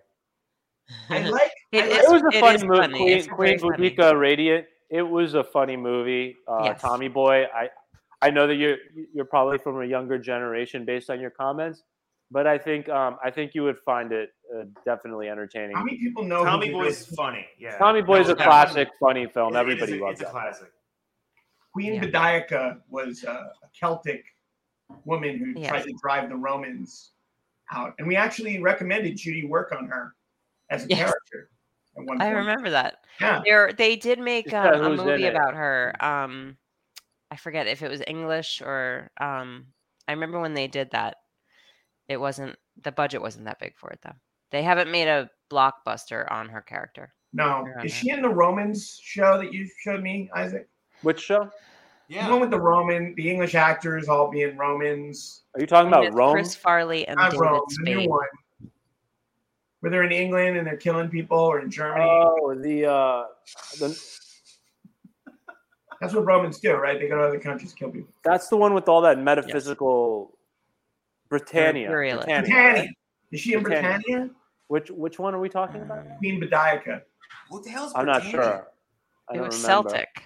<laughs> I like. It I- is. it was a funny is movie. funny. Queen, It's very Queen funny. Boudica Radiant. It was a funny movie. Uh, Yes. Tommy Boy. I I know that you're you're probably from a younger generation based on your comments, but I think um I think you would find it uh, definitely entertaining. How many people know? who Tommy did Boy is those- funny. Yeah. Tommy Boy is No, a that classic, funny one- film. it- it is Everybody a- It's loves a that. classic. Queen Yeah. Boudica was uh, a Celtic woman who Yes. tried to drive the Romans out, and we actually recommended Judy work on her as a Yes. character. At one <laughs> I point. remember that. Yeah. There, they did make It said um, a uh, who's in movie it. Mm. about her. Um, I forget if it was English or. Um, I remember when they did that. It wasn't the budget wasn't that big for it though. They haven't made a blockbuster on her character. No, Yeah, is no. she in the Romans show that you showed me, Isaac? Which show? Yeah. The one with the Roman, the English actors all being Romans. Are you I talking mean, about it's Rome? Chris Farley and Not David Rome, the Spade. new one. Where they're in England and they're killing people, or in Germany. Oh, the uh, the, That's what Romans do, right? They go to other countries to kill people. that's the one with all that metaphysical Britannia. Imperialist. Britannia, Britannia. right? Is she in Britannia. Britannia? Which which one are we talking Uh, about? Queen Boudica. What the hell's I'm not Britannia? sure. I It don't was remember. Celtic. wasn't it?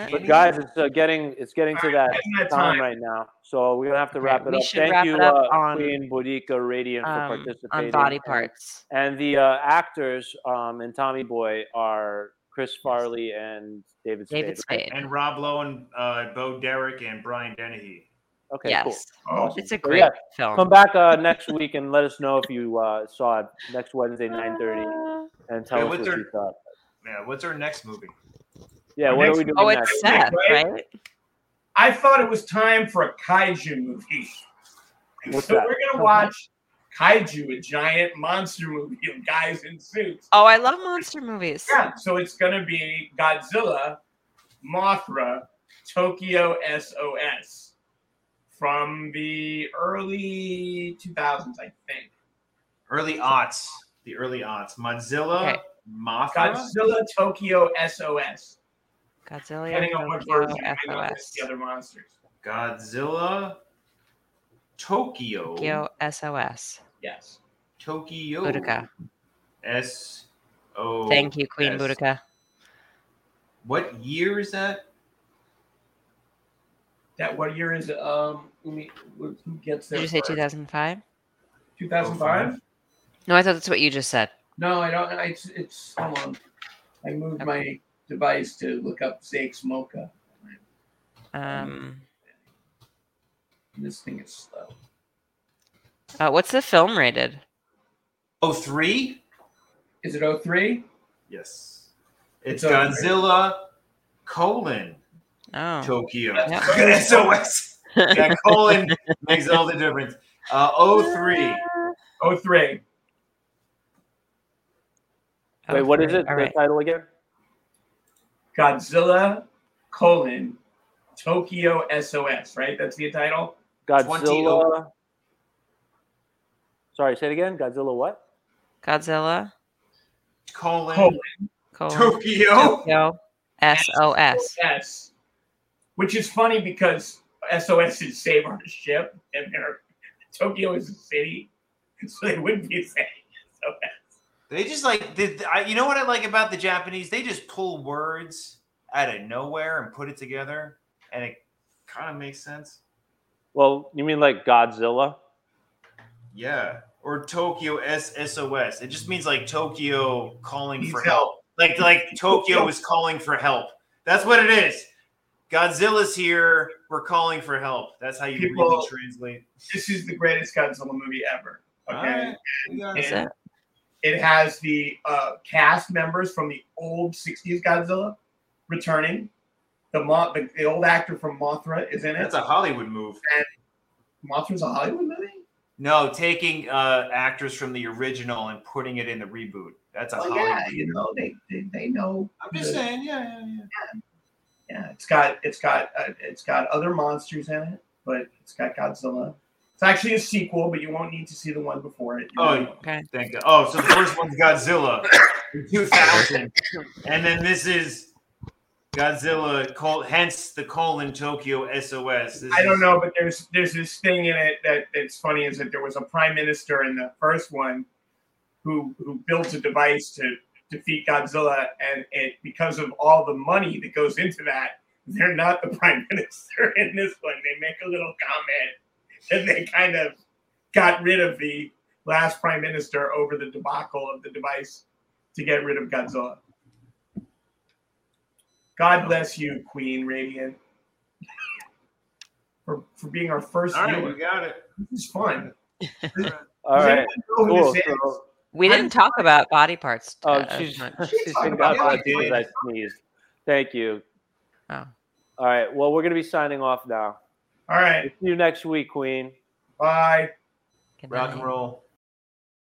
Britannia? But guys, it's uh, getting it's getting to that Isn't that time time? right now, so we're gonna have to Okay, wrap it we up. should Thank wrap you, it up uh, on- Queen Boudica Radiant, for Um, participating on body And- parts. And, the uh, actors um, in Tommy Boy are Chris Farley and David Spade. David right? Spade. And Rob Lowe and uh, Bo Derek and Brian Dennehy. Okay, yes. cool. Oh, It's a So, great yeah, film. Come back uh, next week and let us know if you uh, saw it next <laughs> Wednesday, nine Uh, thirty, and tell Wait, us what what's our- you thought. Yeah. What's our next movie? Yeah, our what are next- we doing Oh, next? it's next week, Seth, right? right? I thought it was time for a kaiju movie. What's so that? we're gonna watch kaiju, a giant monster movie of guys in suits. Oh, I love monster movies. Yeah, so it's gonna be Godzilla, Mothra, Tokyo SOS from the early 2000s, I think. Early aughts. The early aughts. Mozilla, Okay. Mothra. Godzilla, Tokyo SOS. Godzilla. Depending on what Tokyo, version, you might not miss SOS. the other monsters. Godzilla. Tokyo. Tokyo SOS. Yes. Tokyo. Boudica. S. O. Thank you, Queen yes. Boudica. What year is that? That what year is it? Um, let me, who gets there? Did you say first? 2005? 2005? No, I thought that's what you just said. No, I don't. I, it's, it's hold on. I moved my device to look up Zakes Mocha. Um, This thing is slow. Mm. uh, what's the film rated? Oh three? Is it 03? Yes. It's, It's over. Godzilla colon <laughs> Oh, Tokyo. <laughs> Yep. SOS. That colon makes all the difference. Uh, oh three. 03. Wait, what is it? All the right. title again? Godzilla colon Tokyo SOS, right? That's the title. Godzilla. Sorry, say it again. Godzilla what? Godzilla Colon Colon. colon Tokyo. Tokyo S Oh! O S. SOS. Which is funny because SOS is save our ship and they're- Tokyo is a city. <laughs> So they wouldn't be saying SOS. They just like they, I, you know what I like about the Japanese? They just pull words out of nowhere and put it together, and it kind of makes sense. Well, you mean like Godzilla? Yeah. Or Tokyo S S O S. It just means like Tokyo calling Needs for help. Like like Tokyo is calling for help. That's what it is. Godzilla's here. We're calling for help. That's how you People- really translate. This is the greatest Godzilla movie ever. All Okay. right, we got it. Is And it? it has the uh, cast members from the old 60s Godzilla returning. The, Mo- the, the old actor from Mothra is in it. That's a Hollywood move. Mothra's a Hollywood movie? No, taking uh, actors from the original and putting it in the reboot. That's a Oh, Hollywood. yeah, you know, they, they, they know. I'm just the- saying. Yeah, yeah, yeah. Yeah, it's got it's got uh, it's got other monsters in it, but it's got Godzilla. It's actually a sequel, but you won't need to see the one before it. Oh, Okay. Thank God. Oh, so the first one's Godzilla in 2000. And then this is Godzilla, col- hence the colon Tokyo SOS. This I don't is- know, but there's there's this thing in it that that's funny is that there was a prime minister in the first one who who built a device to defeat Godzilla, and it because of all the money that goes into that, they're not the <laughs> prime minister in this one. They make a little comment that they kind of got rid of the last prime minister over the debacle of the device to get rid of Godzilla. God bless you, Queen Radiant, for, for being our first All right, viewer. we got it. This is fun. <laughs> All Does right. anyone know who Cool. this is? So, We didn't talk about body parts. oh, uh, she's, much. she's talking been about got how I that because did. I sneezed. Thank you. Oh. All right. Well, we're gonna be signing off now. All right. See you next week, Queen. Bye. Good Rock and night. roll.